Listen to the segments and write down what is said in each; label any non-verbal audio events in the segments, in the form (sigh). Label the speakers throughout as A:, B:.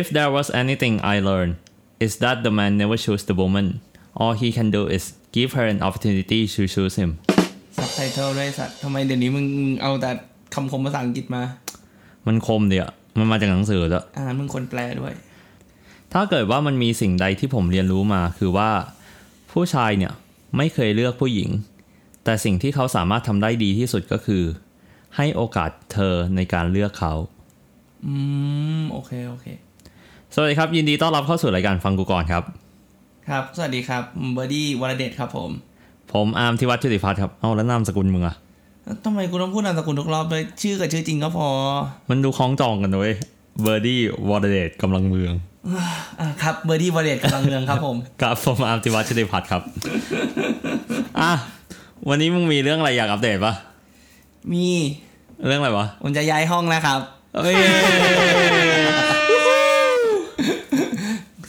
A: If there was anything I learned, it's that the man never chooses the woman. All he can do is give her an opportunity to choose him.
B: ซับไตเติลด้วยสัตว์ทำไมเดี๋ยวนี้มึงเอาแต่คำคมภาษาอังกฤษมา
A: มันคมเดียวมันมาจากหนังสือแล้วย
B: อ่านมึงคนแปลด้วย
A: ถ้าเกิดว่ามันมีสิ่งใดที่ผมเรียนรู้มาคือว่า ผู้ชายเนี่ยไม่เคยเลือกผู้หญิง แต่สิ่งที่เขาสามารถทำได้ดีที่สุดก็คือ ให้โอกาสเธอในการเลือกเขา
B: อืม โอเค โอเค
A: สวัสดีครับ ยินดีต้อนรับเข้าสู่รายการฟังกูก่อนครับ
B: ครับ สวัสดีครับเบอร์ดี้วรเดชครับผม
A: ผมอาร์มทิวัฒน์ชุติพัฒน์ครับ เอาแล้วนามสกุลมึงอะ
B: แล้วทำไมกูต้องพูดนามสกุลทุกรอบเลยชื่อกับชื่อจริงก็พอ
A: มันดูคล้องจองกันเว้ยเบอร์ดี้วอร์เดชกำลังเมือง
B: อ่าครับเบอร์ดี้วรเดชกำลังเมืองครับผม (laughs)
A: ครับผมอาร์มทิวัฒน์ชุติพัฒน์ครับอ่ะวันนี้มึงมีเรื่องอะไรอยากอัปเดตปะ
B: มี
A: เรื่องอะไรวะ
B: ผมจะย้ายห้องนะครับ
A: เอ้ย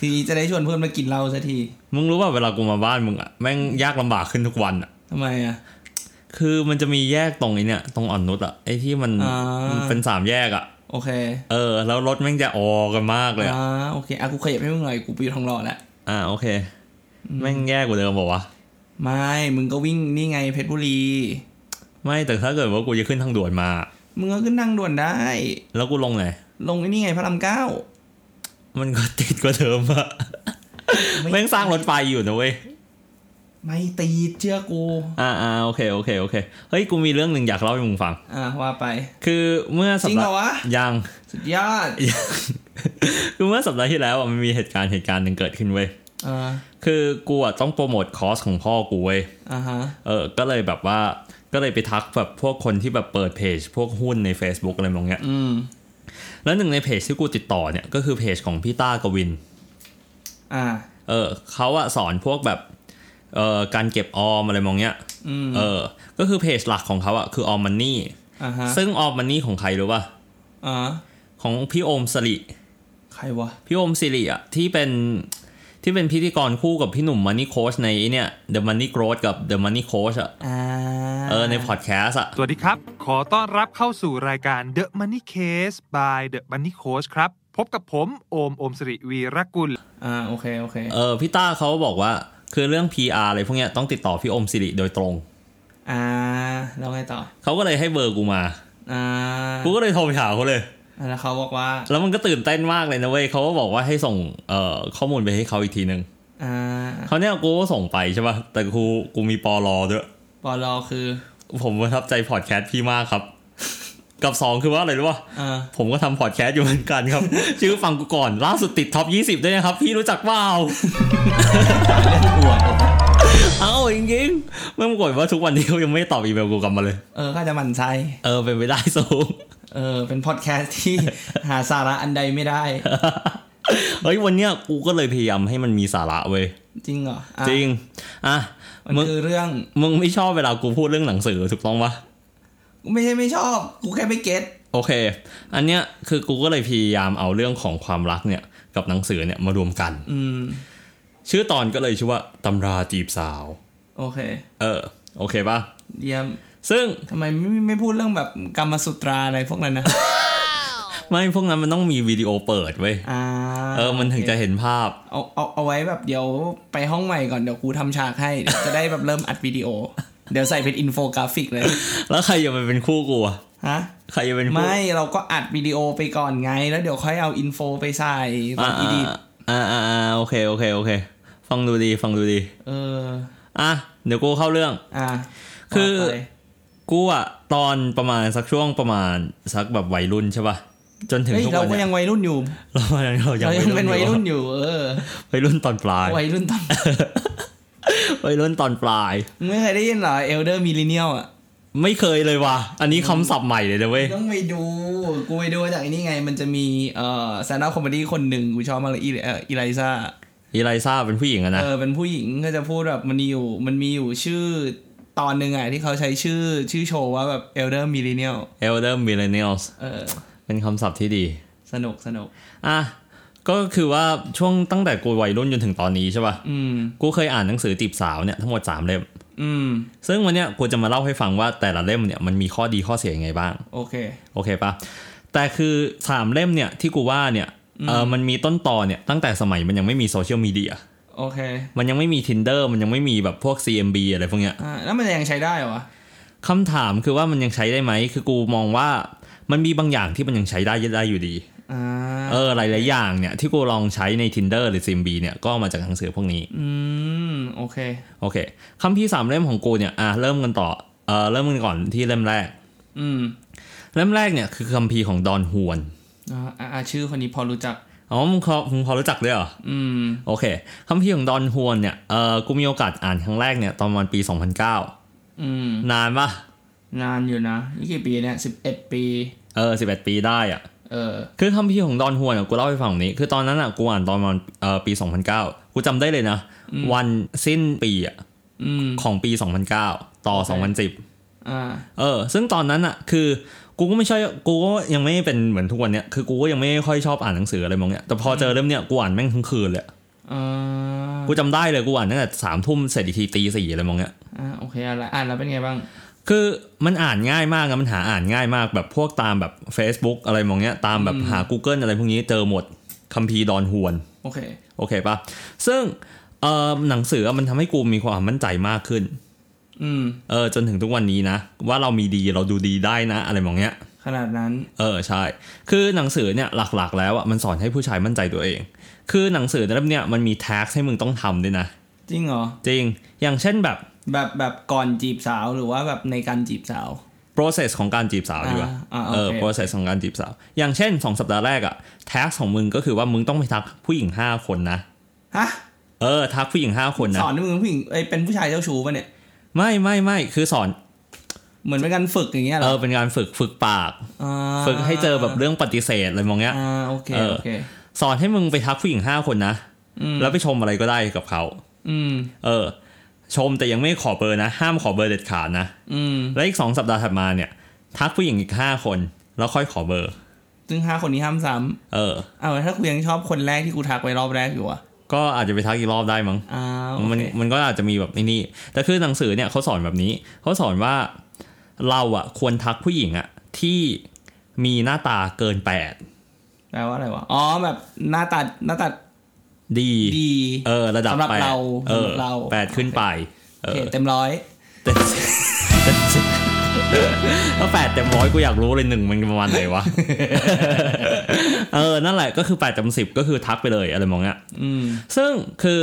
B: ทีนี้จะได้ชวนเพื่อนมากินเหล้าสักที
A: มึงรู้ป่ะเวลากูมาบ้านมึงอะแม่งยากลำบากขึ้นทุกวันอะ
B: ทำไมอ่ะ
A: คือมันจะมีแยกตรงไอ้เนี่ยตรงอ่อนนุชอะไอ้ที่มัน
B: อ่ามั
A: นเป็นสามแยกอะ
B: โอเค
A: เออ แล้วรถแม่งจะออกันมากเลยอะ
B: อ่าโอเคอ่ะกูขยับให้มึงหน่อยกูไปอยู่ทองหล่อแล้ว
A: อ่าโอเค แม่งแย่กว่าเดิมบอกว่าวะ
B: ไม่มึงก็วิ่งนี่ไงเพชรบุรี
A: ไม่แต่ถ้าเกิดว่ากูจะขึ้นทางด่วนมา
B: มึงก็ขึ้นนั่งด่วนได้
A: แล้วกูลงไหน
B: ลงไอ้นี่ไงพระรามเก้า
A: มันก็ติดกว่าเดิมอะ
B: ไม่
A: แม่งสร้างรถไฟอยู่นะเว้ย
B: ไม่ตีดเชื่อกู
A: อ่าอ่าโอเคโอเคโอเคเฮ้ยกูมีเรื่องหนึ่งอยากเล่าให้มึงฟัง
B: อ่ะว่าไป
A: คือเมื่อสั
B: จ
A: ป
B: ริงเห
A: ดาร
B: อ
A: ห์
B: วะ
A: ยัง
B: สุดยอด
A: คือเมื่อสัปดาห์ที่แล้วอะมันมีเหตุการณ์เหตุการณ์หนึ่งเกิดขึ้นเว้ย
B: อ่า
A: คือกูอะต้องโปรโมทคอร์สของพ่อกูเว้ย
B: อ่าฮะ
A: เออ ก็เลยแบบว่า ก็เลยไปทักแบบพวกคนที่แบบเปิดเพจ พวกหุ้นใน Facebook อะไรมองเนี้ย
B: อืม
A: แล้วหนึ่งในเพจที่กูติดต่อเนี่ย ก็คือเพจของพี่ต้ากวิน
B: อ่า
A: เออ เขาอะสอนพวกแบบ เอ่อ การเก็บออมอะไรมองเนี้ย
B: อืม
A: เออ ก็คือเพจหลักของเขาอะคือออมมันนี่
B: อ่าฮะ
A: ซึ่งออมมันนี่ของใครรู้ป่ะ
B: อ่า
A: ของพี่โอมสิริ
B: ใครวะ
A: พี่โอมสิริอะที่เป็น ที่เป็นพิธีกรคู่กับพี่หนุ่มมันนี่โค้ชในไอ้เนี่ย The Money Growth กับ The Money Coach อะ
B: อ่า
A: เออ ในพอดแคสต์อะ
C: สวัสดีครับ ขอต้อนรับเข้าสู่รายการ The Money Case by The Money Coach ครับ พบกับผม โอม โอมสิริวีรกุล
B: อ่าโอเค โอเค
A: เออพี่ต้าเขาบอกว่าคือเรื่อง PR อะไรพวกเนี้ยต้องติดต่อพี่อมสิริโดยตรง
B: อ่า แล้วไงต่อ
A: เขาก็เลยให้เบอร์กูมา
B: อ่า
A: กูก็เลยโทรไปหาเขาเลย
B: อ่าแล้วเขาบอกว่า
A: แล้วมันก็ตื่นเต้นมากเลยนะเว้ยเขาก็บอกว่าให้ส่งเอ่อข้อมูลไปให้เขาอีกทีหนึ่ง
B: อ่า
A: เขาวเนี้ยกูก็ส่งไปใช่ป่ะแต่กูกูมีปอลอด้วย
B: ปลอคือ
A: ผมประทับใจพอดแคสต์พี่มากครับ (laughs) กับสองคือว่าอะไรรู้ป่ะ
B: อ่า
A: ผมก็ทำพอดแคสต์อยู่เหมือนกัน (laughs) ครับ ชื่อฟังกูก่อนล่าสุดติดท็อป 20 ด้วยนะครับ พี่รู้จักเปล่า
B: เรื่องหัว
A: เอ้าจริงๆไม่ปรากฏว่าทุกวันนี้เขายังไม่ตอบอีเมลกูกลับมาเลย
B: เออ ก็จะหมั่นไส้
A: เออเป็นไปได้ (laughs) สูง
B: เออ เป็นพอดแคสต์
A: (laughs)
B: ที่ หาสาระอันใดไม่ได้
A: เฮ้ยวันเนี้ยกูก็เลยพยายามให้มันมีสาระเว้ย
B: จริงเหรออ่ะ
A: จริง อ่ะ
B: มัน
A: มึง
B: คือเรื่อง
A: มึงไม่ชอบเวลากูพูดเรื่องหนังสือถูกต้องปะ
B: ไม่ใช่ไม่ชอบ กูแค่ไม่เก็ต
A: โอเค อันเนี้ยคือกูก็เลยพยายามเอาเรื่องของความรักเนี่ยกับหนังสือเนี่ยมารวมกัน
B: อืม
A: ชื่อตอนก็เลยชื่อว่าตำราจีบสาว
B: โอเค
A: เออโอเคปะ
B: เยี่ยม
A: ซึ่ง
B: ทำไมไม่ไม่พูดเรื่องแบบกรรมสุตราอะไรพวกนั้นนะ
A: ไม่พวกนั้นมันต้องมีวิดีโอเปิดเว้ย
B: อ่า
A: เออมันถึงจะเห็นภาพ
B: เอาเอาเอาไว้แบบเดี๋ยวไปห้องใหม่ก่อน เดี๋ยวครูทำฉากให้เดี๋ยวจะได้แบบเริ่มอัดวิดีโอ เดี๋ยวใส่เป็นอินโฟกราฟิกเลย
A: แล้วใครจะไปเป็นคู่กูอะ
B: ฮะ
A: ใครจะเป็นคู่
B: ไม่เราก็อัดวิดีโอไปก่อนไง แล้วเดี๋ยวค่อยเอาอินโฟไปใส่ตอ
A: อ่าน
B: อีดิท
A: อ่าอ่าอ่าโอเคโอเคโอเค ฟังดูดีฟังดูดี
B: เออ
A: อ่ะเดี๋ยวกูเข้าเรื่อง
B: อ่ะ
A: คือ
B: ต่ไป
A: กูอะตอนประมาณสักช่วงประมาณสักแบบวัยรุ่นใช่ป่ะจนถึง
B: เฮ้ย
A: ทุก
B: เรา
A: วัน
B: ก็
A: เนี่
B: ยั
A: ย
B: งวัยรุ่นอยู่
A: เรายังเรายัง
B: เรายังเป็นวัยรุ่น
A: อ
B: อยู่ เออ
A: วัยรุ่นตอนปลาย
B: วัยรุ่นตอน
A: วัยรุ่นตอนปลาย
B: มึงไม่เคยได้ยินเหรอเอลเดอร์มิลเลเนียลอ่ะ
A: ไม่เคยเลยว่ะอันนี้คำศัพท์ใหม่เลยนะเว้ย
B: (laughs) ต้องไปดู กูไปดูจากไอ้นี่ไง มันจะมีเอ่อแซนด์คอมเมดี้คนหนึ่งกูชอบมากเลยอีเอ่ออีไลซ่า
A: อีไลซ่าเป็นผู้หญิงอะนะ
B: เออ เป็นผู้หญิงก็จะพูดแบบมันมีอยู่ มันมีอยู่ชื่อตอนหนึ่งอ่ะที่เขาใช้ชื่อชื่อโชว์ว่าแบบ Elder Millennial
A: เอลเดอร์มิเลเนียล
B: เออ
A: เป็นคำศัพท์ที่ดี
B: สนุกสนุก
A: อ่ะก็คือว่าช่วงตั้งแต่กูวัยรุ่นจนถึงตอนนี้ใช่ป่ะ
B: อืม
A: กูเคยอ่านหนังสือจีบสาวเนี่ยทั้งหมดสามเล่ม
B: อืม
A: ซึ่งวันเนี้ยกูจะมาเล่าให้ฟังว่าแต่ละเล่มเนี่ยมันมีข้อดีข้อเสียยังไงบ้าง
B: โอเค
A: โอเคปะแต่คือสามเล่มเนี่ยที่กูว่าเนี่ย เออมันมีต้นต่อเนี่ยตั้งแต่สมัยมันยังไม่มีโซเชียลมีเดีย
B: โอเค
A: มันยังไม่มี tinder มันยังไม่มีแบบพวก CMB อะไรพวกเนี้ย
B: อ่าแล้วมันยังใช้ได้เหรอวะ
A: คำถามคือว่ามันยังใช้ได้ไหม คือกูมองว่ามันมีบางอย่างที่มันยังใช้ได้ได้อยู่ดี
B: อ่า
A: เออ หลาย ๆ อย่างเนี่ย ที่กูลองใช้ใน tinder หรือ zimb เนี่ย ก็มาจากหนังสือพวกนี้
B: อืมโอเค
A: โอเคคำพี่สามเล่มของกูเนี่ย อ่ะ เริ่มกันต่อ เออเริ่มกันก่อนที่เล่มแรก
B: อืม
A: เล่มแรกเนี่ยคือคำพีร์ของดอนฮวน
B: อ่าอ่าอ่าชื่อคนนี้พอรู้จัก
A: อ๋อ มึงพอมึงพอรู้จักด้วยเหรอ
B: อืม
A: โอเคคำพีร์ของดอนฮวนเนี่ย เออกูมีโอกาสอ่านครั้งแรกเนี่ยตอนประมาณปี 2009
B: อืม
A: นานปะ
B: นานอยู่นะนี่กี่ปีเนี่ยสิบเอ็ดปี
A: เออ 11 ปีได้อ่ะ
B: เออ
A: คือคำพีร์ของดอนฮวนอ่ะกูเล่าให้ฟังแบบนี้ คือตอนนั้นอ่ะกูอ่านตอนประมันเอ่อปี 2009 กูจำได้เลยนะ วันสิ้นปีอ่ะ
B: อืม
A: ของปี 2009 ต่อ
B: โอเค
A: 2010
B: อ่า
A: เออ ซึ่งตอนนั้นอ่ะคือกูก็ไม่ใช่กูก็ยังไม่เป็นเหมือนทุกวันเนี้ยคือกูก็ยังไม่ค่อยชอบอ่านหนังสืออะไรมองเนี้ยแต่พอเจอเล่มเนี้ยกูอ่านแม่งทั้งคืนเลยอะ
B: อ่า
A: กูจำได้เลยกูอ่านตั้งแต่สามทุ่มเสร็จอีกทีตีสี่อะไรมองเนี้ย
B: อ่าโอเคเอาละอ่านแล้วเป็นไงบ้าง
A: คือมันอ่านง่ายมากนะมันหาอ่านง่ายมากแบบพวกตามแบบ Facebook อะไรมองเนี้ยตามแบบหา Google อะไรพวกนี้เจอหมดคัมภีร์ดอนฮวน
B: โอเค
A: โอเคปะซึ่งเอ่อหนังสือมันทำให้กูมีความมั่นใจมากขึ้น
B: อืม
A: เออจนถึงทุกวันนี้นะ ว่าเรามีดีเราดูดีได้นะ อะไรมองเนี้ย
B: ขนาดนั้น
A: เออใช่ คือหนังสือเนี่ยหลักๆ แล้วอ่ะมันสอนให้ผู้ชายมั่นใจตัวเอง คือหนังสือเล่มเนี่ยมันมีแท็กให้มึงต้องทำด้วยนะ
B: จริงเหรอ
A: จริง อย่างเช่นแบบ
B: แบบแบบก่อนจีบสาวหรือว่าแบบในการจีบสาว
A: process ของการจีบสาวดีกว่า
B: อ่าอ่า
A: เออ
B: โอเค
A: process ของการจีบสาว อย่างเช่น 2 สัปดาห์แรกอ่ะแท็กของมึงก็คือว่ามึงต้องไปทักผู้หญิง 5 คนนะ
B: ฮะ
A: เออทักผู้หญิง 5 คน
B: ส
A: นะ
B: อนให้มึงเป็นผู้หญิงเอ้ยเป็นผู้ชายเจ้าชู้ป่ะเนี่ย
A: ไม่ไม่ไม่คือสอน
B: เหมือนเป็นการฝึกอย่างเงี้ยเหร
A: เอ
B: อ
A: อเป็นการฝึกฝึกปาก
B: อ่า
A: ฝึกให้เจอแบบเรื่องปฏิเสธอะไรมองเงี้ย
B: อ่าโอเค
A: เออ
B: โอเค
A: สอนให้มึงไปทักผู้หญิงห้าคนนะ
B: อืม
A: แล้วไปชมอะไรก็ได้กับเขา
B: อืม
A: เออ ชมแต่ยังไม่ขอเบอร์นะ ห้ามขอเบอร์เด็ดขาดนะ
B: อืม
A: และอีกสองสัปดาห์ถัดมาเนี่ย ทักผู้หญิงอีกห้าคน แล้วค่อยขอเบอร์
B: ซึ่งห้าคนนี้ห้ามซ้
A: เออ
B: ำเอาแล้วถ้ากูยังชอบคนแรกที่กูทักไว้รอบแรกอยู่อ่ะ
A: ก็อาจจะไปทักอีกรอบได้มั้ง
B: อ้าว
A: มันมันก็อาจจะมีแบบไอ้นี่ แต่คือหนังสือเนี่ยเขาสอนแบบนี้ เขาสอนว่าเราอะควรทักผู้หญิงอะที่มีหน้าตาเกินแปด
B: แปลว่าอะไรวะ อ๋อแบบหน้าตาหน้าตา
A: ดี
B: ดี
A: เออ ระดับ
B: สำหรับ
A: แปด
B: เรา
A: เออ
B: สำหรับเรา
A: แปดขึ้นไป เอ
B: โอเค
A: อ
B: เต็มร้อย
A: เต็มสิบเต็มสิบถ้าแปด (laughs) เต็มร้อยกูอยากรู้เลยหนึ่งมันประมาณไหนวะ เออ นั่นแหละก็คือแปดเต็มสิบก็คือทักไปเลยอะไรมองเงี้ย
B: อืม
A: ซึ่งคือ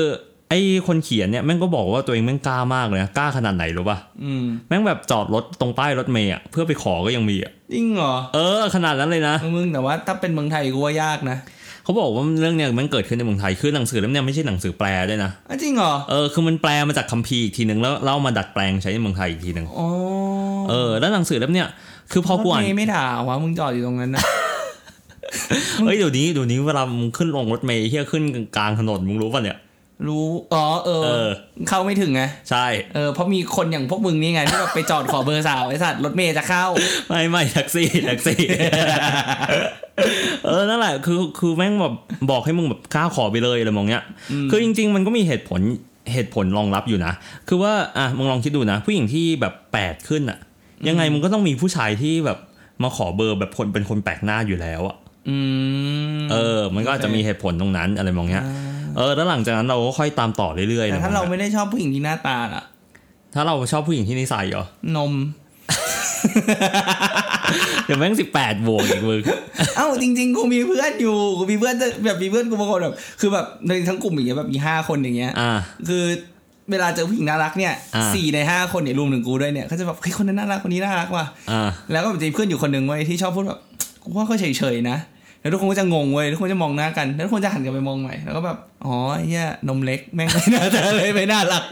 A: ไอ้คนเขียนเนี่ยแม่งก็บอกว่าตัวเองแม่งกล้ามากเลยนะกล้าขนาดไหนรู้ป่ะ
B: อืม
A: แม่งแบบจอดรถตรงป้ายรถเมย์อะเพื่อไปขอก็ยังมีอะ
B: จริงเหรอ
A: เออ ขนาดนั้นเลยนะ
B: มึงแต่ว่าถ้าเป็นเมืองไทยกูว่ายากนะ
A: เขาบอกว่าเรื่องเนี่ยแม่งเกิดขึ้นในเมืองไทยคือหนังสือเล่มเนี่ยไม่ใช่หนังสือแปลด้วยนะ
B: อ่ะจริงเหรอ
A: เออ คือมันแปลมาจากคัมภีร์อีกทีนึงแล้วเล่ามาดัดแปลงใช้ในเมืองไทยอีกทีนึง
B: อ๋อ
A: เออ แล้วหนังสือเล่มเนี่ยคือพอกูอ่าน
B: รถเมย์ไม่ด่าวะมึงจอดอยู่ตรงนั้น
A: (laughs)
B: นะ
A: เฮ้ยเดี๋ยวนี้เดี๋ยวนี้เวลามึงขึ้นลงรถเมล์เฮียขึ้นกลางถนนมึงรู้ป่ะเนี่ย
B: รู้อ๋อเอ
A: เอ
B: อ
A: อ
B: เข้าไม่ถึงไง
A: ใช่
B: เออเพราะมีคนอย่างพวกมึงนี่ไงที่แบบไปจอดขอเบอร์สาวไอสัตว์รถเมย์จะเข้า
A: ไม่ไม่แท็กซี่ (laughs) แท็กซี่ เออนั่นแหละคือคือแม่งแบบบอกให้มึงแบบกล้าขอไปเลยอะไรมองเนี้ย คือจริง ๆ มันก็มีเหตุผลเหตุผลรองรับอยู่นะ คือว่าอ่ะมึงลองคิดดูนะ ผู้หญิงที่แบบแปดขึ้นอ่ะ ยังไงมึงก็ต้องมีผู้ชายที่แบบมาขอเบอร์แบบคนเป็นคนแปลกหน้าอยู่แล้วอ่ะ
B: อืม
A: เออ มันก็อาจจะมีเหตุผลตรงนั้นอะไรมองเนี้ย เออ แล้วหลังจากนั้นเราก็ค่อยตามต่อเรื่อยๆ
B: แต่
A: นะ
B: ถ้าเราไม่ได้ชอบผู้หญิงที่หน้าตาล่ะ
A: ถ้าเราชอบผู้หญิงที่นิสัยเหรอ
B: น
A: (laughs)
B: ม
A: เดี๋ยวแม่งสิบแปดบวกอีกมึง
B: เอ้าจริงๆกูมีเพื่อนอยู่กูมีเพื่อนแบบมีเพื่อนกูบางคนแบบคือแบบในทั้งกลุ่มอย่างเงี้ยแบบมีห้าคนอย่างเงี้ย
A: อ่า
B: คือเวลาเจอผู้หญิงน่ารักเนี่ย
A: อ่า
B: สี่ในห้าคนเนี่ยรวมถึงกูด้วยเนี่ยเขาจะแบบเฮ้ยคนนั้นน่ารักคนนี้น่ารักว่ะ
A: อ่า
B: แล้วก็จะมีเพื่อนอยู่คนหนึ่งเว้ยที่ชอบพูดแบบกูว่าเขาเฉยๆนะแล้วทุกคนก็จะงงเว้ยทุกคนจะมองหน้ากันแล้วทุกคนจะหันกลับไปมองใหม่แล้วก็แบบอ๋อไอ้เฮียนมเล็กแม่ง ไม่น่าจะเลยไม่น่ารัก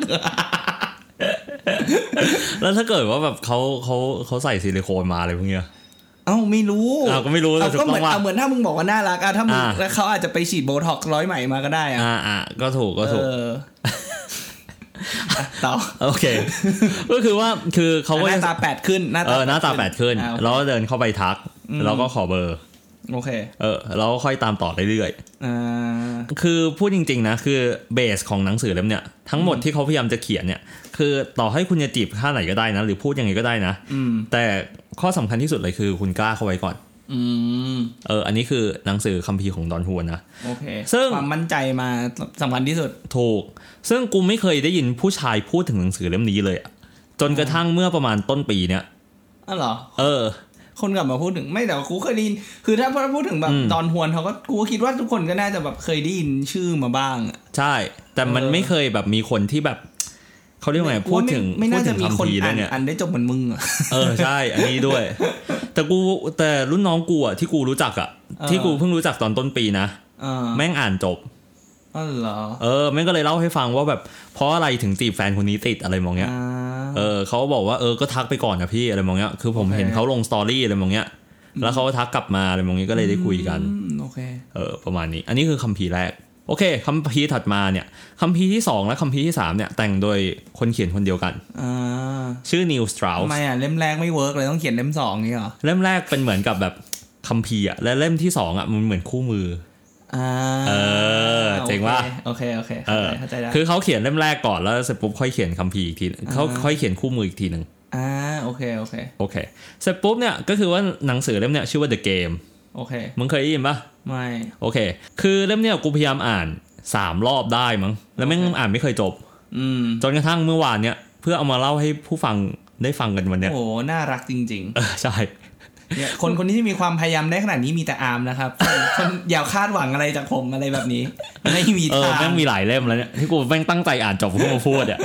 A: แล้วถ้าเกิดว่าแบบเขาเขาเขาใส่ซิลิโคนมาอะไรพวกเนี้ย
B: เอ้าไม่รู้
A: เราก็ไม่รู้
B: เอา
A: ถูก
B: ก็เห
A: ต้
B: มื
A: อ
B: อ
A: ง
B: น
A: ว่า
B: เอาเหมือนถ้ามึงบอกว่าน่ารักอะถ้ามึง
A: อ่า
B: แล้วเขาอาจจะไปฉีดโบท็อกซ์ร้อยใหม่มาก็ได้อะ
A: อ่าอ่าก็ถูกก็ถูก
B: เอออ่ะต่อ
A: โอเค (laughs) ก็คือว่าคือเขาก็
B: ห
A: ยั
B: น้างตาแปดขึ้นหน้า
A: เอ
B: ตา
A: อหน้าตาแปดขึ้น
B: อ่ะ
A: แล้วก็เดินเข้าไปทัก แล้วก็ขอเบอร์
B: โอเค
A: เออ แล้วก็ค่อยตามต่อเรื่อย
B: อ่า
A: ๆ คือพูดจริงๆนะ คือเบสของหนังสือเล่มเนี่ย ทั้งหมดที่เขาพยายามจะเขียนเนี่ย คือต่อให้คุณจะจีบท่าไหนก็ได้นะ หรือพูดยังไงก็ได้นะ
B: อืม
A: แต่ข้อสำคัญที่สุดเลยคือคุณกล้าเข้าไว้ก่อน
B: อืม
A: เอออันนี้คือหนังสือคัมภีร์ของดอนฮวนนะ
B: โอเค
A: ซึ่ง
B: ความมั่นใจมาสำคัญที่สุด
A: ถูก ซึ่งกูไม่เคยได้ยินผู้ชายพูดถึงหนังสือเล่มนี้เลยอะจนกระทั่งเมื่อประมาณต้นปีเนี่ย
B: อ้าวเหรอ
A: เออ
B: คนกลับมาพูดถึงไม่แต่ว่ากูเคยได้ยิน คือถ้าพอพูดถึงแบบ
A: อืม
B: ดอนฮวนเขาก็กูก็คิดว่าทุกคนก็น่าจะแบบเคยได้ยินชื่อมาบ้างอะ
A: ใช่ แต่มัน
B: เออ
A: ไม่เคยแบบมีคนที่แบบ เขาเรียกว่าไงพูดถึง
B: ไม่ไม่
A: พูดถึ
B: น่าจะ
A: ง
B: มี
A: คำ
B: คน
A: พีร์
B: อ่า
A: เรื่อน งเนี่ย
B: อ่านได้จบเหมือนมึงอะ
A: เออใช่ อันนี้ด้วย แต่กูแต่รุ่นน้องกูอะที่กูรู้จักอะ
B: เออ
A: ที่กูเพิ่งรู้จักตอนต้นปีนะ
B: เออ
A: แม่งอ่านจบ
B: อ้าวเหรอ
A: เออแม่งก็เลยเล่าให้ฟังว่าแบบเพราะอะไรถึงจีบแฟนคนนี้ติดอะไรมองเงี้ย
B: อ่า
A: เออเขาบอกว่าเออก็ทักไปก่อนนะพี่อะไรมองเงี้ยคือผม
B: โอเค
A: เห็นเขาลงสตอรี่อะไรมองเงี้ยแล้วเขาก็ทักกลับมาอะไรมองเงี้ยก็เลยได้คุยกัน
B: อืมโอเค
A: เออประมาณนี้ อันนี้คือคัมภีร์แรก โอเคคัมภีร์ถัดมาเนี่ยคัมภีร์ที่ 2 และคัมภีร์ที่ 3 เนี่ย แต่งโดยคนเขียนคนเดียวกัน
B: อ่า
A: ชื่อนิวสตรา
B: ทำไมอ่ะเล่มแรกไม่เวิร์กเลยต้องเขียนเล่มสองนี่เหรอ
A: เล่มแรกเป็นเหมือนกับแบบคัมภีร์อะและเล่มที่ 2อ่ะมันเหมือนคู่มือ
B: อ่า
A: เออเจ๋งว่ะ
B: โอเคโอเค
A: เอ
B: เข้า
A: อ
B: ใจเข้าใจได้
A: คือเขาเขียนเล่มแรกก่อนแล้วเสร็จปุ๊บค่อยเขียนคัมภีร์อีกทีเขา
B: อ่า
A: ค่อยเขียนคู่มืออีกทีหนึ่ง
B: อ่าโอเคโอเค
A: โอเคเสร็จปุ๊บเนี่ยก็คือว่าหนังสือเล่มเนี่ยชื่อว่า The Game
B: โอเค
A: มึงเคยได้ยินปะ
B: ไม่
A: โอเค คือเล่มเนี่ยกูพยายามอ่านสามรอบได้มั้งแล้วแม่งอ่านไม่เคยจบ
B: อืม
A: จนกระทั่งเมื่อวานเนี่ยเพื่อเอามาเล่าให้ผู้ฟังได้ฟังกันวันเนี้ย
B: โอ้โหน่ารักจริง ๆ
A: เออใช่
B: เนี่ยคนคนที่มีความพยายามได้ขนาดนี้มีแต่อาร์มนะครับ (laughs) คนอย่าคาดหวังอะไรจากผมอะไรแบบนี้ ไม่มี
A: เออ
B: ทาง
A: แม่งมีหลายเล่มแล้วเนี่ยที่กูแม่งตั้งใจอ่านจบเพื่อมาพูด
B: (laughs)
A: อ่ะ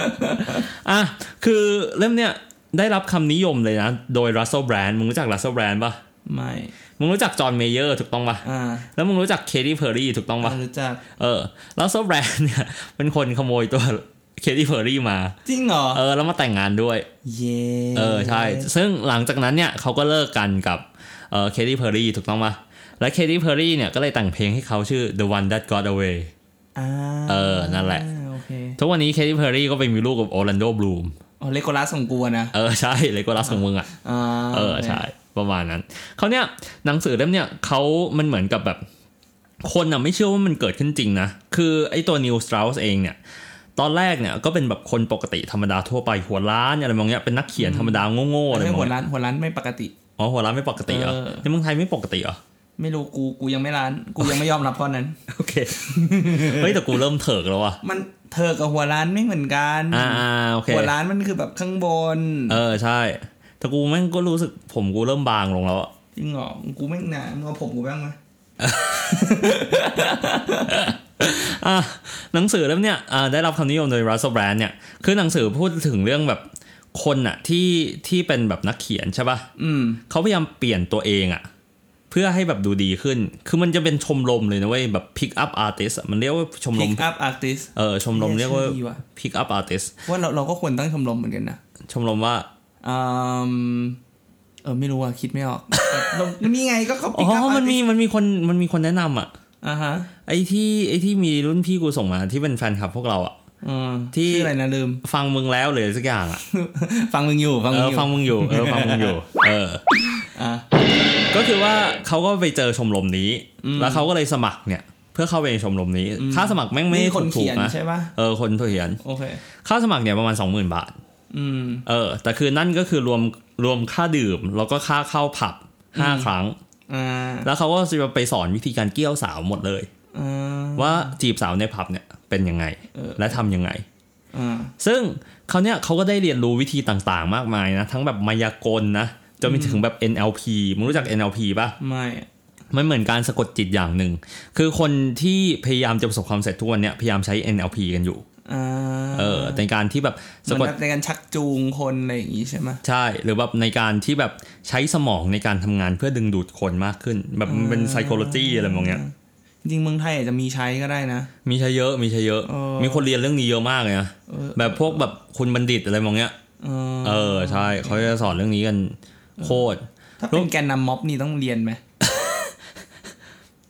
A: อ่ะคือเล่มเนี่ยได้รับคำนิยมเลยนะ โดย Russell Brand มึงรู้จัก Russell Brand ปะ
B: ไม่
A: มึงรู้จัก John Mayer ถูกต้องปะ
B: อ่า
A: แล้วมึงรู้จัก Katy Perry ถูกต้องปะ
B: รู้จัก
A: เออ Russell Brand เนี่ย (laughs) เป็นคนขโมยตัว Katy Perry มา
B: จริงเหรอ
A: เออแล้วมาแต่งงานด้วย
B: เย่
A: เออใช่ ซึ่งหลังจากนั้นเนี่ยเขาก็เลิกกันกับเออ Katy Perry ถูกต้องปะและ Katy Perry เนี่ยก็เลยแต่งเพลงให้เขาชื่อ The One That Got Away
B: อ่า
A: เออนั่นแหละ
B: โอเค
A: ทุกวันนี้ Katy Perry ก็ไปมีลูกกับ Orlando Bloom
B: อ๋อเลโกลัสของกูอะนะ
A: เออใช่ (laughs) เลโกลัสของมึงอ่ะ
B: อ่า
A: เออใช่ ประมาณนั้นเขาวเนี่ยหนังสือเล่มเนี่ยเขามันเหมือนกับแบบ คนอ่ะไม่เชื่อว่ามันเกิดขึ้นจริงนะ คือไอ้ตัวนิวสตร u สเองเนี่ย ตอนแรกเนี่ยก็เป็นแบบคนปกติธรรมดาทั่วไปหัวล้านอะไรมองเงี้ยเป็นนักเขียนธรรมดาโง่ๆอะไร
B: ไม่
A: มอง
B: หัว
A: เงี้ย
B: ร้านหัวร้านไม่ปกติ
A: อ๋อหัวล้านไม่ปกติเหรอ
B: เออ
A: ในเมืองไทยไม่ปกติเหรอ
B: ไม่รู้กูกูยังไม่ร้านกูยังไม่ยอมรับข้อนั้น
A: โอเค (laughs) เฮ้ยแต่กูเริ่มเถิกแล้วอ่ะ
B: มันเธอกับหัวร้านไม่เหมือนกัน
A: อ่าอ่าโอเค
B: หัวร้านมันคือแบบข้างบน
A: เออใช่ แต่กูแม่งก็รู้สึกผมกูเริ่มบางลงแล้วอะ
B: จริงเหรอกูแม่งหนามึงเอาผมกูบ้างไหม
A: อ่ะหนังสือเล่มเนี่ยอ่าได้รับความนิยมโดยรัสเซลแบรนด์เนี่ย คือหนังสือพูดถึงเรื่องแบบคนอะที่ที่เป็นแบบนักเขียนใช่ป่ะ
B: อืม
A: เขาพยายามเปลี่ยนตัวเองอะเพื่อให้แบบดูดีขึ้น คือมันจะเป็นชมรมเลยนะเว้ยแบบ pick up artist อะมันเรียกว่าชมรม
B: pick up artist
A: เออชมรมเรียกว่า
B: ชื่อดีว่ะ
A: pick up artist
B: ว่าเราเราก็ควรตั้งชมรมเหมือนกันนะ
A: ชมรมว่า
B: อืมเออไม่รู้อะคิดไม่ออก เรา (laughs) นี่ไงก็เขา
A: อ๋
B: ปิ
A: อ
B: กอัพ
A: มันมีมันมีคนมันมีคนแนะนำอะ
B: อ่าฮะ
A: ไอ้ที่ไอ้ที่มีรุ่นพี่กูส่งมาที่เป็นแฟนคลับพวกเราอะ
B: อืม
A: ที่
B: ที่ออะไรนะลืม (laughs)
A: ฟังมึงแล้วหรือสักอย่างอะ
B: ฟังมึงอยู่ฟัง
A: เออ
B: มึงอยู่
A: ฟังมึงอยู่เออฟังมึงอยู่ เออ
B: (laughs) อ่ะ
A: ก็คือว่าเขาก็ไปเจอชมรมนี้
B: อืม
A: แล้วเขาก็เลยสมัครเนี่ย เพื่อเข้าไปในชมรมนี้ ค่าสมัครแม่งไม่
B: นี่
A: ได้
B: คน
A: ถู
B: เขี
A: ก
B: ยน
A: ๆนะ
B: ใช่ป่ะ
A: เออคนเขียน
B: โอเค
A: ค่าสมัครเนี่ยประมาณ 20,000 บาท
B: อืม
A: เออ แต่คือนั่นก็คือรวมรวมค่าดื่ม แล้วก็ค่าเข้าผับห้า
B: อืม
A: ครั้ง
B: อ่า
A: แล้วเขาก็จะไปสอนวิธีการเกี้ยวสาวหมดเลย
B: อ่า
A: ว่าจีบสาวในผับเนี่ยเป็นยังไงและทำยังไง
B: อ่า
A: ซึ่งเขาวเนี่ยเขาก็ได้เรียนรู้วิธีต่างๆ มากมายนะ ทั้งแบบมายากลนะจนไปถึงแบบ NLP มึงรู้จัก NLP ป่ะ
B: ไม่
A: มันเหมือนการสะกดจิตอย่างหนึ่ง คือคนที่พยายามจะประสบความสำเร็จทุกวันเนี่ยพยายามใช้ NLP กันอยู่
B: อ่า
A: เออในการที่แบบ
B: เห
A: สะ
B: มือกน
A: ด
B: แบบในการชักจูงคนอะไรอย่างงี้ใช่ไหม
A: ใช่ หรือแบบในการที่แบบใช้สมองในการทำงานเพื่อดึงดูดคนมากขึ้น แบบมันเป็น
B: อ่า
A: psychology อะไรมองเนี้ย
B: จริงๆเมืองไทยอาจจะมีใช้ก็ได้นะ
A: มีใช้เยอะมีใช้เยอะ
B: เออ
A: มีคนเรียนเรื่องนี้เยอะมากเลยนะ
B: เออ
A: แบบพวกแบบคุณบัณฑิตอะไรมองเนี้ย
B: เออ
A: เออใช่เขาจะสอนเรื่องนี้กันโคตร
B: ถ้าเป็นแกนนำม็อบนี่ต้องเรียนไหม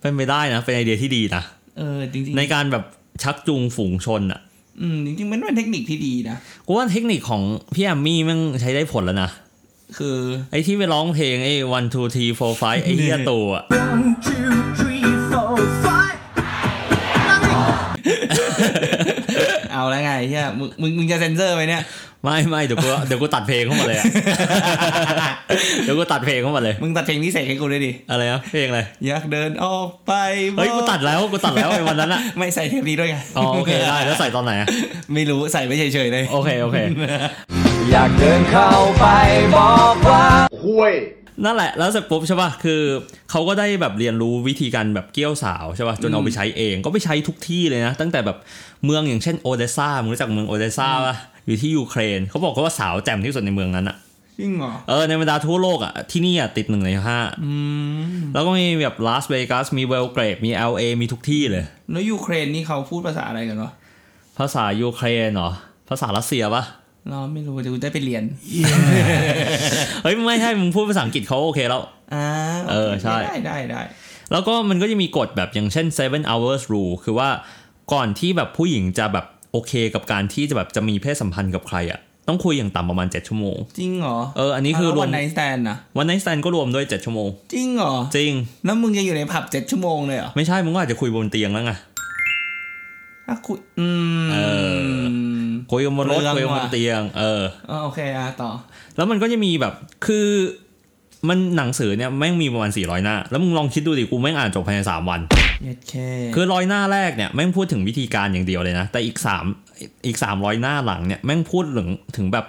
A: เป็นไปได้นะ เป็นไอเดียที่ดีนะ
B: เออจริงๆ
A: ในการแบบชักจูงฝูงชนอ่ะ
B: อืมจริงๆมันเป็นเทคนิคที่ดีนะ
A: กูว่าเทคนิคของพี่แอมมี่แมันใช้ได้ผลแล้วนะ
B: คือ
A: ไอ้ที่ไปร้องเพลงไอ้ one two three four five ไอ้เฮียตัวอะ
D: One, two, three, four, five.
B: เอาแล้วไงเฮียมึงมึงมึงจะเซ็นเซอร์ไหมเนี่ย
A: ไม่ไม่เดี๋ยวกูเดี๋ยวกูตัดเพลงเข้ามาเลยอะ (laughs) เดี๋ยวกูตัดเพลงเข้ามาเลย
B: มึงตัดเพลงนี้เสกให้กูเลยดิ
A: อะไรนะเพลงอะไร
B: อยากเดินออกไป
A: เฮ้ยกูตัดแล้วกูตัดแล้วไอ้วันนั้นอะ
B: (laughs) ไม่ใส่เทปนี้ด้วยไง
A: อ๋อโอเคได้แล้วใส่ตอนไหนอะ
B: (laughs) ไม่รู้ใส่ไม่เฉยๆเลย
A: โอเคโอเค
E: (laughs) อยากเดินเข้าไปบอกว่า
A: นั่นแหละแล้วเสร็จปุ๊บใช่ป่ะคือเขาก็ได้แบบเรียนรู้วิธีการแบบเกี้ยวสาวใช่ป่ะจนเอาไปใช้เองก็ไปใช้ทุกที่เลยนะ ตั้งแต่แบบเมืองอย่างเช่นโอเดซ่ามึงรู้จักเมืองโอเดซ่าป่ะอยู่ที่ยูเครนเขาบอกว่าสาวแจ่มที่สุดในเมืองนั้นอะ
B: จริงเหรอ
A: เออในบรรดาทั่วโลกอะที่นี่อะติดหนึ่งในห้า
B: อืม
A: แล้วก็มีแบบลาสเวกัสมีเวลเกรดมี LA มีทุกที่เลย
B: แล้วยูเครนนี่เขาพูดภาษาอะไรกันวะ
A: ภาษายูเครนเหรอภาษารัสเซียป่ะ
B: เราไม่รู้จะได้ไปเรียน
A: เฮ้ยไม่ใช่มึงพูดภาษาอังกฤษเขาโอเคแล้ว
B: อ่า
A: เออใช่
B: ได้ได้ได้
A: แล้วก็มันก็จะมีกฎแบบอย่างเช่น 7 hours rule คือว่าก่อนที่แบบผู้หญิงจะแบบโอเคกับการที่จะแบบจะมีเพศสัมพันธ์กับใครอะ่ะ ต้องคุยอย่างต่ำประมาณ 7 ชั่วโมง
B: จริงเหรอ
A: เอออันนี้คือรวม
B: วันไนสแตนนะ
A: วันไนสแตนก็รวมด้วย 7 ชั่วโมง
B: จริงเหรอ
A: จริง
B: แล้วมึงยังอยู่ในผับเจ็ดชั่วโมงเลยเหรอ
A: ไม่ใช่มึงก็อาจจะคุยบนเตียงแล้วไง
B: อ่ะคุยอืม
A: เอ คุยกันบนรถ
B: เรื่อง
A: คุยกันบน
B: ว่ะ
A: เตียง เออ
B: เออโอเคอ่ะต่อ
A: แล้วมันก็จะมีแบบคือมันหนังสือเนี่ยแม่งมีประมาณ 400 หน้า แล้วมึงลองคิดดูดิกูแม่งอ่านจบภายในสามวัน
B: เย็ดเค
A: คือร้อยหน้าแรกเนี่ยแม่งพูดถึงวิธีการอย่างเดียวเลยนะ แต่อีกสามอีกสามร้อยหน้าหลังเนี่ยแม่งพูดถึงถึงแบบ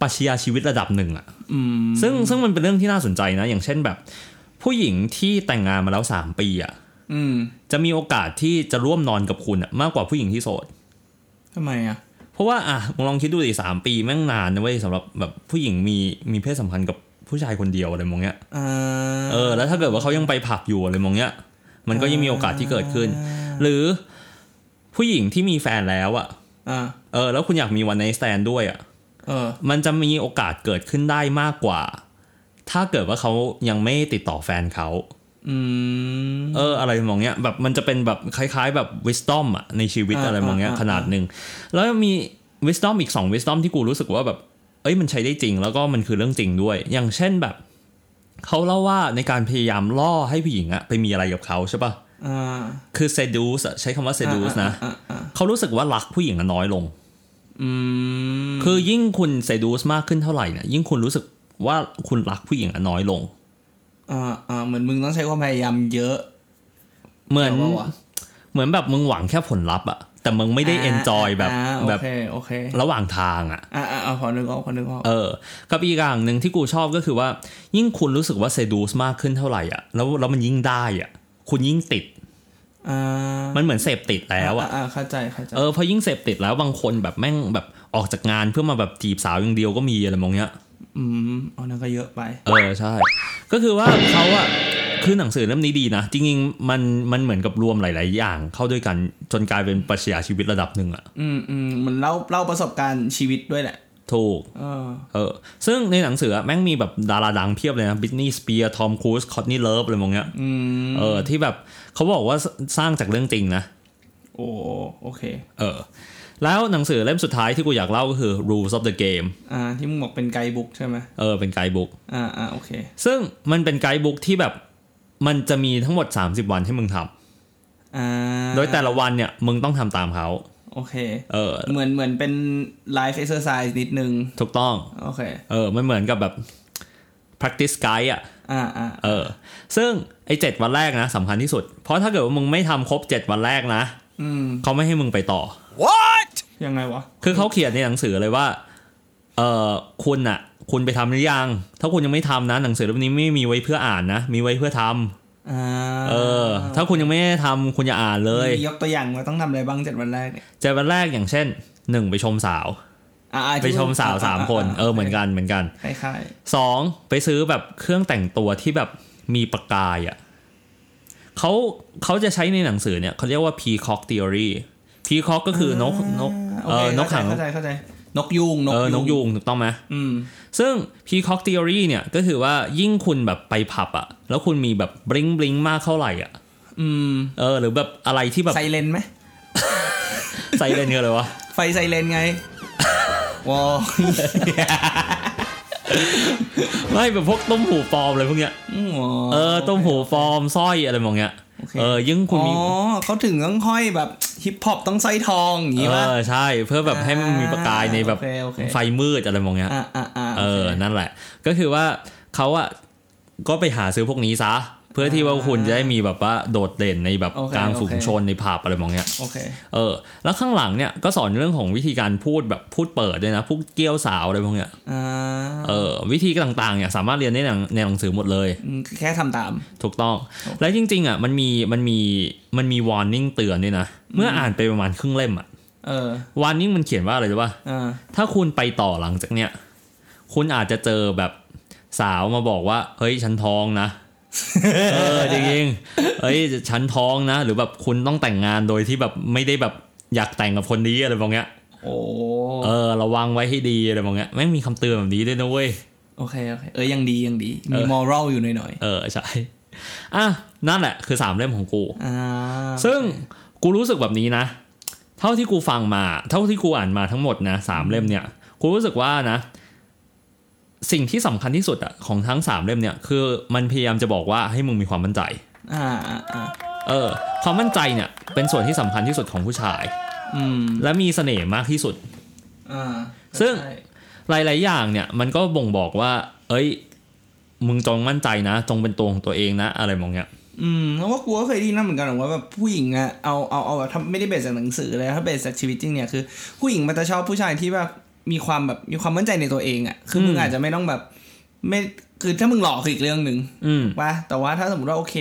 A: ปรัชญาชีวิตระดับหนึ่งอะ
B: อืม
A: ซึ่งซึ่งมันเป็นเรื่องที่น่าสนใจนะ อย่างเช่นแบบ ผู้หญิงที่แต่งงานมาแล้ว 3 ปีอะ
B: อืม
A: จะมีโอกาสที่จะร่วมนอนกับคุณอะมากกว่าผู้หญิงที่โสด
B: ทำไมอ่ะ
A: เพราะว่าอ่ะมึงลองคิดดูดิสามปีแม่งนานนะเว้ยสำหรับแบบผู้หญิงมีมีเพศสัมพันธ์กับผู้ชายคนเดียวอะไรมองเนี้ย
B: เออ
A: เออแล้วถ้าเกิดว่าเขายังไปผับอยู่อะไรมองเนี้ยมันก็ยังมีโอกาสที่เกิดขึ้น หรือผู้หญิงที่มีแฟนแล้วอะ
B: อ่า
A: เออแล้วคุณอยากมีวันในสแตนด้วยอะ่ะ
B: เออ
A: มันจะมีโอกาสเกิดขึ้นได้มากกว่า ถ้าเกิดว่าเขายังไม่ติดต่อแฟนเขา
B: อืม
A: เอออะไรมองเนี้ยแบบมันจะเป็นแบบคล้าย ๆ แบบวิสตอมอะในชีวิต
B: อ่า
A: อะไรมองเนี้ย
B: อ่า
A: ขนาดหนึ่งแล้วมีวิสตอมอีก2วิสตอมที่กูรู้สึกว่าแบบ เอ้ยมันใช้ได้จริง แล้วก็มันคือเรื่องจริงด้วย อย่างเช่นแบบเขาเล่าว่าในการพยายามล่อให้ผู้หญิงอะไปมีอะไรกับเขาใช่ปะ
B: อ่า
A: คือ seduce อะใช้คำว่า seduce นะ
B: อ่าอ่าอ่า
A: เขารู้สึกว่ารักผู้หญิงอะน้อยลง
B: อืม
A: คือยิ่งคุณเซดูสมากขึ้นเท่าไหร่เนี่ยยิ่งคุณรู้สึกว่าคุณรักผู้หญิงอะน้อยลง
B: อ่าอ่าเหมือนมึงต้องใช้ความพยายามเยอะ
A: เหมือน
B: เดี๋ยวว่ะ
A: เหมือนแบบมึงหวังแค่ผลลัพธ์อะแต่มึงไม่ได้เอนจอยแบบ
B: อ่าโอ
A: แบบ
B: เคโอเค
A: ระหว่างทางอะ
B: อ่าอ่าเอาพอนึกออกพอนึกออก
A: เออกับอีกอย่างหนึ่งที่กูชอบก็คือว่า ยิ่งคุณรู้สึกว่าเซดูสมากขึ้นเท่าไหร่อะแล้วแล้วมันยิ่งได้อะคุณยิ่งติด
B: อ่ามั
A: มันเหมือนเสพติดแล้วอะ
B: อ่าเข้าใจเข้าใจ
A: เออพอยิ่งเสพติดแล้วบางคนแบบแม่งแบบออกจากงานเพื่อมาแบบจีบสาวอย่างเดียวก็มีอะไรมองเนี้ย
B: อืมเอานั่นก็เยอะไป
A: เออใช่ ก็คือว่าเขาอะคือหนังสือเล่มนี้ดีนะ จริงๆมันมันเหมือนกับรวมหลาย ๆ อย่าง เข้าด้วยกันจนกลายเป็นปรัชญาชีวิตระดับหนึ่งอะ
B: อืมอืมมันเล่าเล่าประสบการณ์ชีวิตด้วยแหละ
A: ถูก
B: เออ
A: เออซึ่งในหนังสืออะแม่งมีแบบดาราดังเพียบเลยนะบิทนี่สเปียร์ทอมครูซคอตนี่เลิฟอะไรมองเนี้ย
B: อืม
A: เออที่แบบเขาบอกว่าสร้างจากเรื่องจริงนะ
B: โอ้โอเค
A: เออ แล้วหนังสือเล่มสุดท้ายที่กูอยากเล่าก็คือ Rules of the Game
B: อ่า ที่มึงบอกเป็นไกด์บุ๊กใช่ไหม
A: เออเป็นไกด์บุ๊ก
B: อ่าอ่าโอเค
A: ซึ่งมันเป็นไกด์บุ๊กที่แบบมันจะมีทั้งหมด 30 วันให้มึงทำ
B: อ่า
A: โดยแต่ละวันเนี่ยมึงต้องทำตามเขา
B: โอเค
A: เออ
B: เหมือนเหมือนเป็นไลฟ์เอ็กซ์ไซส์นิดนึง
A: ถูกต้อง
B: โอเค
A: เออ มันเหมือนกับแบบ practice guide อ่ะ
B: อ่าอ่า
A: เออ ซึ่งไอ้เจ็ดวันแรกนะสำคัญที่สุด เพราะถ้าเกิดว่ามึงไม่ทำครบ 7 วันแรกนะ
B: อืม
A: เขาไม่ให้มึงไปต่อ
B: ยังไงวะ
A: คือเขาเขียนในหนังสือเลยว่า เออคุณอ่ะ คุณไปทำหรือยัง ถ้าคุณยังไม่ทำนะ หนังสือเล่มนี้ไม่มีไว้เพื่ออ่านนะ มีไว้เพื่อท
B: อ่า
A: ำเออ ถ้าคุณยังไม่ได้ทำคุณอย่าอ่านเลย
B: มียกตัวอย่างว่าต้องทำอะไรบ้างเจ็ดวันแรกเนี่ย
A: เจ็ดวันแรกอย่างเช่นหนึ่งไปชมสาว
B: อ่าอ่าที่
A: ไปชมสาวสามคน เออ เหมือนกัน เหมือนกัน
B: คล้าย
A: สองไปซื้อแบบเครื่องแต่งตัวที่แบบมีประกายอะ่ะเขาเขาจะใช้ในหนังสือเนี่ยเขาเรียกว่า peacock theory peacock ก็คือนกนก
B: ๆ
A: เออนกหาง
B: เข้าใจเข้าใจ นกยูงนก
A: เออน
B: ยูง
A: กยูงถูกต้องไหม
B: อืม
A: ซึ่ง peacock theory เนี่ยก็คือว่ายิ่งคุณแบบไปผับอะ่ะ แล้วคุณมีแบบบลิงบลิงมากเท่าไหร่อะ่ะ
B: อืม
A: เออหรือแบบอะไรที่แบบ
B: ไซเรนไหม
A: ไซเรนเงี้ยเลย
B: (laughs)
A: วะ
B: ไฟไซเร
A: (laughs)
B: นไง ว้าว
A: ไม่แบบพวกต้มหูปลอมอะไรพวกเนี้ย
B: อืมว้าว
A: เออต้มหูปลอมสร้อยอะไรมองเงี้ย
B: โอเค
A: เออยิ่งคุณ
B: อ๋อ
A: มี
B: เขาถึงต้องห้อยแบบ ฮิปฮอปต้องสร้อยทองอย่างงี้
A: เอ
B: ป่ะ
A: อใช่เพื่อแบบให้มันมีประกายในแบบ
B: โอเคโอเค
A: ไฟมืดอะไรมองเงี้ย
B: อ่าอ่าอ่า
A: เออ นั่นแหละ ก็คือว่าเขาอะก็ไปหาซื้อพวกนี้ซะ เพื่อที่ว่าคุณจะได้มีแบบว่าโดดเด่นในแบบกลางฝูงชนในผับอะไรมองเงี้ย
B: โอเค
A: เออ แล้วข้างหลังเนี่ยก็สอนเรื่องของวิธีการพูดแบบพูดเปิดด้วยนะพูดเกี้ยวสาวอะไรพวกเนี้ย
B: อ่า
A: เออ วิธีต่างๆเนี่ยสามารถเรียนได้ในหนังในหนังสือหมดเลย
B: มแค่ทำตาม
A: ถูกต้อง และจริงๆอ่ะมันมีมันมีมันมี warning เตือนด้วยนะ เมื่ออ่านไปประมาณครึ่งเล่มอ่ะ
B: เออ
A: warning มันเขียนว่าอะไรรู้ป่ะ
B: อ่า
A: ถ้าคุณไปต่อหลังจากเนี้ยคุณอาจจะเจอแบบสาวมาบอกว่า เฮ้ยฉันท้องนะ เออจริงๆเฮ้ยฉันท้องนะ หรือแบบคุณต้องแต่งงานโดยที่แบบไม่ได้แบบอยากแต่งกับคนนี้อะไรแบบเนี้ย
B: โอ้
A: เออระวังไว้ให้ดีอะไรแบบเนี้ยแม่งมีคำเตือนแบบนี้ด้วยนะเว้ย
B: โอเคโอเค เออยังดียังดี มี
A: เออ
B: มอรัลอยู่หน่อย
A: เออใช่อ่ะนั่นแหละคือสามเล่มของกู
B: ๆอ่า
A: ซึ่งกูรู้สึกแบบนี้นะ เท่าที่กูฟังมา เท่าที่กูอ่านมาทั้งหมดนะสามเล่มเนี่ยกูรู้สึกว่านะ สิ่งที่สำคัญที่สุดอะของทั้งสามเล่มเนี่ย คือมันพยายามจะบอกว่าให้มึงมีความมั่นใจ
B: อ่าอ่าอ่า
A: เออ ความมั่นใจเนี่ย เป็นส่วนที่สำคัญที่สุดของผู้ชาย
B: อืม
A: และมีเสน่ห์มากที่สุด
B: อ่า
A: ซึ่ง
B: ใช่
A: หลาย ๆ อย่างเนี่ย มันก็บ่งบอกว่า เอ้ย มึงจงมั่นใจนะ จงเป็นตัวของตัวเองนะ อะไรมองเนี้ย
B: อืมแล้วว่ากูก็เคยได้ยินนะเหมือนกันบอกว่าแบบผู้หญิงอะเอาเอาเอาแบบทำไม่ได้เบสจากหนังสือเลยถ้าเบสจากชีวิตจริงเนี่ยคือผู้หญิงมันจะชอบผู้ชายที่แบบมีความแบบมีความมั่นใจในตัวเองอะคือมึง
A: อืม
B: อาจจะไม่ต้องแบบไม่คือถ้ามึงหล่อคืออีกเรื่องหนึ่ง
A: อืม
B: ว่าแต่ว่าถ้าสมมติว่าโอเค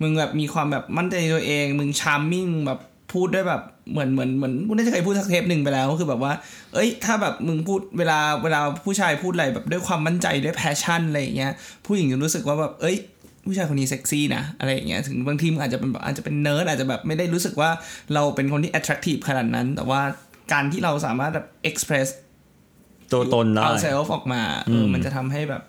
B: มึงแบบมีความแบบมั่นใจในตัวเอง มึงชาร์มมิ่งแบบพูดด้วยแบบเหมือนเหมือนเหมือนกูน่าจะเคยพูดสักเทปหนึ่งไปแล้วก็คือแบบว่า เอ้ย ถ้าแบบมึงพูดเวลาเวลาผู้ชายพูดอะไรแบบด้วยความมั่นใจด้วยแพชชั่นอะไรอย่างเงี้ยผู้หญิงจะรู้สึกว่าแบบเอ้ย ผู้ชายคนนี้เซ็กซี่นะอะไรอย่างเงี้ยถึงบางทีมันอาจจะเป็นแบบอาจจะเป็นเนิร์ดอาจจะแบบไม่ได้รู้สึกว่าเราเป็นคนที่ attractive ขนาดนั้น แต่ว่าการที่เราสามารถแบบ express
A: ตัวตนได้
B: เอาเซลฟ์ออกมาเอออมันจะทำให้แบบ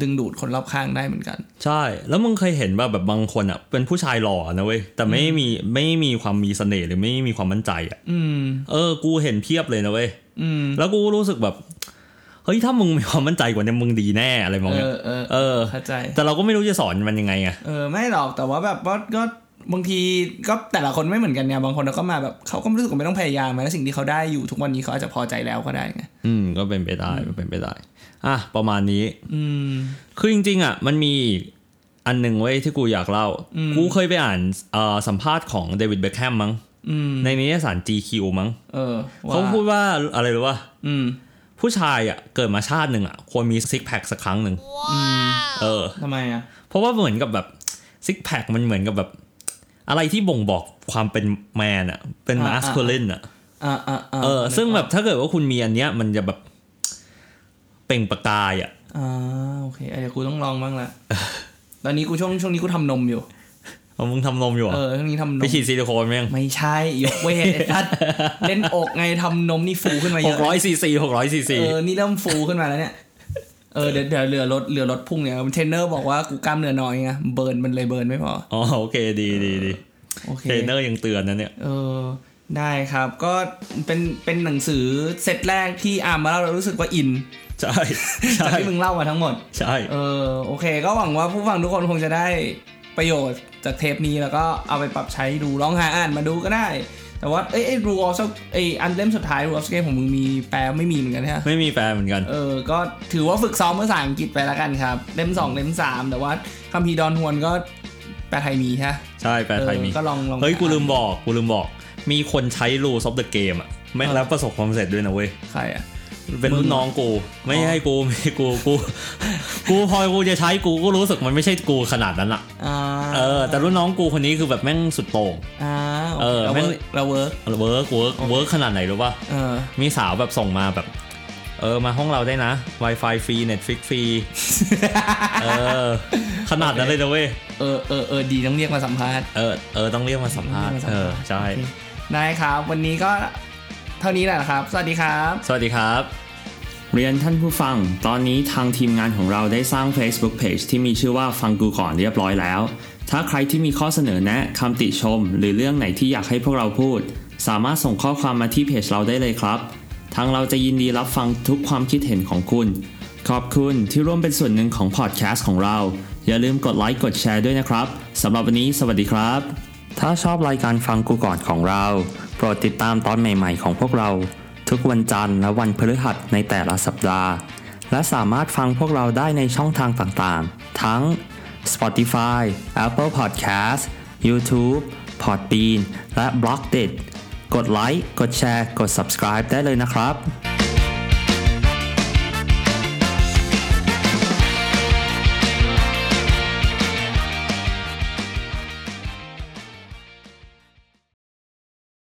B: ดึงดูดคนรอบข้างได้เหมือนกัน
A: ใช่ แล้วมึงเคยเห็นว่าแบบบางคนอ่ะ เป็นผู้ชายหล่อนะเว้ย แต่ไม่มีไม่มีความมีเสน่ห์หรือไม่มีความมั่นใจอ่ะ
B: อืม
A: เออ กูเห็นเพียบเลยนะเว้ย
B: อืม
A: แล้วกูรู้สึกแบบ เฮ้ย ถ้ามึงมีความมั่นใจกว่านี้มึงดีแน่อะไรมอง
B: เอ
A: เงี้ย
B: อเออ
A: เออ
B: เข้าใจ
A: แต่เราก็ไม่รู้จะสอนมันยังไงอ่ะ
B: เออ ไม่หรอกแต่ว่าแบบว่าก็บางทีก็แต่ละคนไม่เหมือนกันเนี่ยบางคนเขาก็มาแบบเขาก็รู้สึกว่าไม่ต้องพยายามอะแล้วสิ่งที่เขาได้อยู่ทุกวันนี้เขาอาจจะพอใจแล้วก็ได้ไง
A: อืม ก็เป็นไปได้ก็เป็นไปได้ อ่ะ ประมาณนี้
B: อืม
A: คือจริงๆอ่ะ มันมีอีกอันหนึ่งเว้ยที่กูอยากเล่า กูเคยไปอ่านเอ่อสัมภาษณ์ของเดวิดเบคแฮมมั้ง
B: อืม
A: ในนิตยสาร GQ มั้ง
B: เออว่
A: เขาพูดว่าอะไรรู้ป่ะ
B: อืม
A: ผู้ชายอ่ะเกิดมาชาติหนึ่งอ่ะควรมีซิกแพคสักครั้งหนึ่งเออ
B: ทำไมอ่ะ
A: เพราะว่าเหมือนกับแบบซิกแพคมันเหมือนกับแบบ อะไรที่บ่งบอกความเป็นแมนอ่ะ เป็น
B: อ่า
A: มา
B: อ่า
A: สคูลินอ่ะ
B: อ่าอ่าอ่า
A: เออ ซึ่งแบบถ้าเกิดว่าคุณมีอันเนี้ย มันจะแบบเปล่งประกายอ่ะ
B: อ่าโอเคเดี๋ยวกูต้องลองบ้างละตอนนี้กูช่วงช่วงนี้กูทำนมอยู่
A: เอามึงทำนมอยู่เหร
B: เอ
A: อ่ะ
B: อช่วงนี้ทำนม
A: ไปฉีดซิลิโคนไหมยัง
B: ไม่ใช่ยกเวทไอ้ทัดเล่นอกไงทำนมนี่ฟูขึ้นมา
A: ห
B: เย
A: ก
B: อะ
A: ร้อยซีซีหกร้อยซีซี
B: เออ นี่เริ่มฟูขึ้นมาแล้วเนี่ย เออ เดี๋ยวเดี๋ยวเรือรถเรือรถพุ่งเนี่ยเทรนเนอร์บอกว่ากูกล้ามเนื้อน้อยไง เบิร์นมันเลยเบิร์นไม่พอ
A: อ๋อโอเคดีดีดี
B: โอเค
A: เทรนเนอร์ยังเตือนนะเนี่ย
B: เออ ได้ครับ ก็เป็น เป็นหนังสือเซตแรกที่อ่านมาแล้วเรารู้สึกว่าอิน
A: ใช่
B: (laughs) จา
A: ใช่
B: กที่มึงเล่ามาทั้งหมด
A: ใช่
B: เออ โอเค ก็หวังว่าผู้ฟังทุกคนคงจะได้ประโยชน์จากเทปนี้แล้วก็เอาไปปรับใช้ดู ลองหาอ่านมาดูก็ได้ แต่ว่า เอ้ยไอ้รูออฟไอ้อันเล่มสุดท้ายรูออฟเกมของมึงมีแปลไม่มีเหมือนกันใช่ไหม
A: ไม่มีแฟนเหมือนกัน
B: เออ ก็ถือว่าฝึกซ้อมภาษาอังกฤษไปแล้วกันครับ เล่มสองเล่มสามแต่ว่าคัมภีร์ดอนฮวนก็แปลไทยมีใช่ปะ
A: ใช่แฟนไทยมี
B: เออก็ลองลอง
A: เฮ้ย กูลืม
B: บอก
A: บอกกูลืมบอก มีคนใช้ rules of the game อะแม่งแล้วประสบความสำเร็จด้วยนะเว้ย
B: ใครอ่ะ
A: เป็นรุ่นน้องกู ไม่ให้กู (laughs) ไม่ให้กูกู กูพอกูจะใช้กูก็รู้สึกมันไม่ใช่กูขนาดนั้นอะ
B: อ่า
A: เออ แต่รุ่นน้องกูคนนี้คือแบบแม่งสุดโต่ง
B: อ่า
A: เออ
B: เรา
A: แม่
B: เวิ
A: ง
B: ร์กเราเวิร์ก
A: เวิร์กเวิร์กเวิร์กขนาดไหนรู้ป่ะ
B: เออ
A: มีสาวแบบส่งมาแบบ เออ มาห้องเราได้นะ Wi-Fi ฟรี Netflix ฟรี (laughs) เออ ขนาดนั้นเลยนะเว้ย
B: เออเออเออดีต้องเรียกมาสัมภาษณ์
A: เออ เออ ต้องเรียกมาสัมภาษณ์ เออ ใช่
B: ได้ครับ วันนี้ก็เท่านี้แหละครับ สวัสดีครับ
A: สวัสดีครับ
F: เรียนท่านผู้ฟัง ตอนนี้ทางทีมงานของเราได้สร้าง Facebook Page ที่มีชื่อว่าฟังกูก่อนเรียบร้อยแล้ว ถ้าใครที่มีข้อเสนอแนะคำติชม หรือเรื่องไหนที่อยากให้พวกเราพูด สามารถส่งข้อความมาที่เพจเราได้เลยครับ ทางเราจะยินดีรับฟังทุกความคิดเห็นของคุณ ขอบคุณที่ร่วมเป็นส่วนหนึ่งของพอดแคสต์ของเรา อย่าลืมกดไลค์กดแชร์ด้วยนะครับสำหรับวันนี้สวัสดีครับ ถ้าชอบรายการฟังกูก่อนของเรา
A: โปรดติดตามตอนใหม่ๆของพวกเรา ทุกวันจันทร์และวันพฤหัสในแต่ละสัปดาห์ และสามารถฟังพวกเราได้ในช่องทางต่างๆ ทั้ง Spotify, Apple Podcast, YouTube, Podbean และ b l o c k d i t กดไลค์ กดแชร์ กด subscribe ได้เลยนะครับ